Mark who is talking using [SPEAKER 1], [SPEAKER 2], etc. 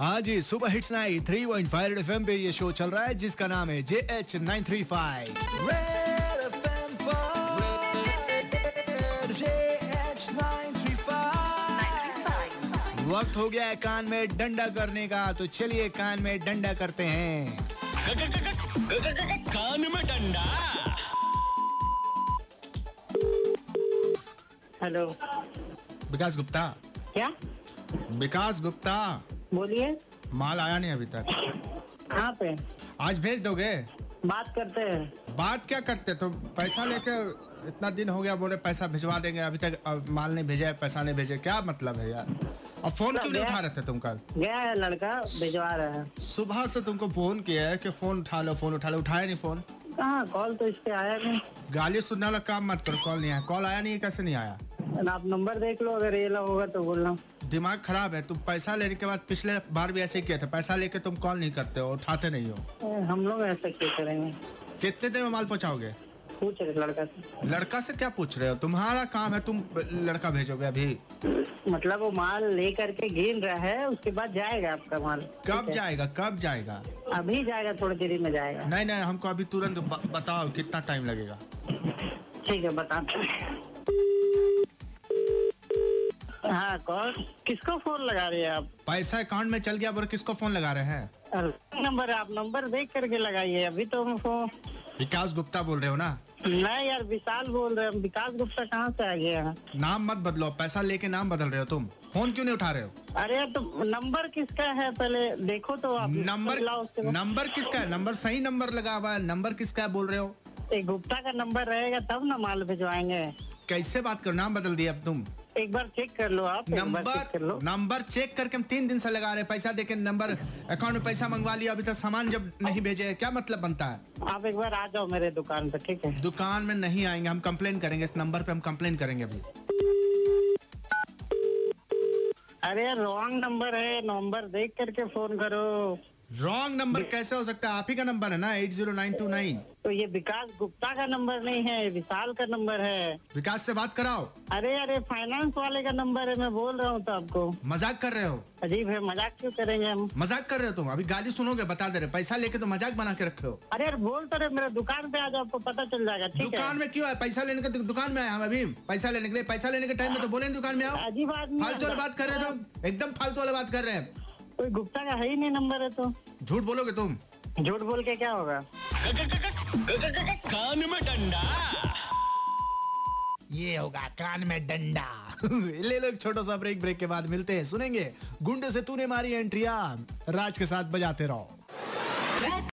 [SPEAKER 1] हाँ जी सुबह hits night three point five F पे ये शो चल रहा है जिसका नाम है J H nine three five वक्त हो गया है कान में डंडा करने का तो चलिए कान में डंडा करते हैं
[SPEAKER 2] कान में डंडा
[SPEAKER 3] हेलो
[SPEAKER 1] विकास गुप्ता
[SPEAKER 3] क्या
[SPEAKER 1] विकास गुप्ता
[SPEAKER 3] बोलिए
[SPEAKER 1] माल आया नहीं अभी तक
[SPEAKER 3] कहाँ पे
[SPEAKER 1] आज भेज दोगे
[SPEAKER 3] बात करते हैं
[SPEAKER 1] बात क्या करते तो पैसा लेकर इतना दिन हो गया बोले पैसा भिजवा देंगे अभी तक अ, माल नहीं भेजा है पैसा नहीं भेजे क्या मतलब है यार और फोन क्यों नहीं उठा रहे थे तुम कल
[SPEAKER 3] गया है लड़का भिजवा रहा है
[SPEAKER 1] सुबह से तुमको फोन किया है कि फोन उठा लो फोन उठा लो उठाया नहीं फोन
[SPEAKER 3] कहाँ कॉल तो इस पे आया नहीं
[SPEAKER 1] गाली सुनने वाला काम मत करो कॉल नहीं आया कॉल आया नहीं कैसे नहीं आया
[SPEAKER 3] आप नंबर देख लो अगर ये लग होगा तो बोलना
[SPEAKER 1] दिमाग खराब है तुम पैसा लेने के बाद पिछले बार भी ऐसे ही किया था पैसा लेके तुम कॉल नहीं करते हो उठाते नहीं हो
[SPEAKER 3] ए, हम लोग ऐसा क्यों करेंगे
[SPEAKER 1] कितने देर में माल पहुंचाओगे
[SPEAKER 3] पूछ रहे लड़का से
[SPEAKER 1] लड़का से क्या पूछ रहे हो तुम्हारा काम है तुम लड़का भेजोगे अभी
[SPEAKER 3] मतलब वो माल ले करके गिन रहा है उसके बाद जाएगा आपका माल
[SPEAKER 1] कब जाएगा कब जाएगा
[SPEAKER 3] अभी जाएगा थोड़ी देरी में जाएगा
[SPEAKER 1] नहीं नहीं हमको अभी तुरंत ब- बताओ कितना टाइम लगेगा
[SPEAKER 3] ठीक है बताते हैं। हाँ कौन किसको फोन लगा रहे हैं आप
[SPEAKER 1] पैसा अकाउंट में चल गया बोले किसको फोन लगा रहे हैं
[SPEAKER 3] अरे, नंबर आप नंबर देख करके लगाइए अभी तो हमको
[SPEAKER 1] विकास गुप्ता बोल रहे हो ना
[SPEAKER 3] नहीं यार विशाल बोल रहे हैं विकास गुप्ता कहाँ से आ गया है
[SPEAKER 1] नाम मत बदलो पैसा लेके नाम बदल रहे हो तुम फोन क्यों नहीं उठा रहे हो
[SPEAKER 3] अरे तो नंबर किसका है पहले देखो तो आप लाओ उसके
[SPEAKER 1] नंबर
[SPEAKER 3] बाद।
[SPEAKER 1] नंबर किसका है नंबर सही नंबर लगा हुआ है नंबर किसका है बोल रहे हो
[SPEAKER 3] एक गुप्ता का नंबर रहेगा तब ना माल भिजवाएंगे
[SPEAKER 1] कैसे बात करो नाम बदल दिया अब तुम
[SPEAKER 3] एक बार चेक कर लो आप एक बार चेक कर लो
[SPEAKER 1] नंबर नंबर चेक करके हम तीन दिन से लगा रहे हैं। पैसा देके नंबर अकाउंट में पैसा मंगवा लिया अभी तक सामान जब नहीं भेजे हैं, क्या मतलब बनता है
[SPEAKER 3] आप एक बार आ जाओ मेरे दुकान पे ठीक है
[SPEAKER 1] दुकान में नहीं आएंगे हम कंप्लेन करेंगे इस नंबर पे हम कंप्लेन करेंगे अभी
[SPEAKER 3] अरे रॉन्ग नंबर है नंबर देख करके फोन करो
[SPEAKER 1] रॉन्ग नंबर कैसे हो सकता है आप ही का नंबर है ना eight zero nine two nine
[SPEAKER 3] तो ये विकास गुप्ता का नंबर नहीं है ये विशाल का नंबर है
[SPEAKER 1] विकास से बात कराओ
[SPEAKER 3] अरे अरे फाइनेंस वाले का नंबर है मैं बोल रहा हूँ तो आपको
[SPEAKER 1] मजाक कर रहे हो
[SPEAKER 3] अजीब है मजाक क्यों करेंगे हम
[SPEAKER 1] मजाक कर रहे हो तुम अभी गाली सुनोगे बता दे रहे पैसा लेके तो मजाक बना के रखे हो
[SPEAKER 3] अरे यार बोल तो रहे मेरे दुकान पे आ जाओ आपको पता चल जाएगा ठीक है
[SPEAKER 1] दुकान में क्यों है पैसा लेने के तो दुकान में आए हम अभी पैसा लेने के लिए पैसा लेने के टाइम में तो बोले ना दुकान में आओ
[SPEAKER 3] अजीब आदमी है।
[SPEAKER 1] फालतू वाली बात कर रहे हो तुम एकदम फालतू वाली बात कर रहे हैं
[SPEAKER 3] कोई गुप्ता का है ही नहीं नंबर है तो
[SPEAKER 1] झूठ बोलोगे तुम
[SPEAKER 3] झूठ बोल के क्या होगा
[SPEAKER 2] कान में डंडा
[SPEAKER 1] ये होगा कान में डंडा ले लो एक छोटा सा ब्रेक ब्रेक के बाद मिलते हैं सुनेंगे गुंडे से तूने मारी एंट्रिया राज के साथ बजाते रहो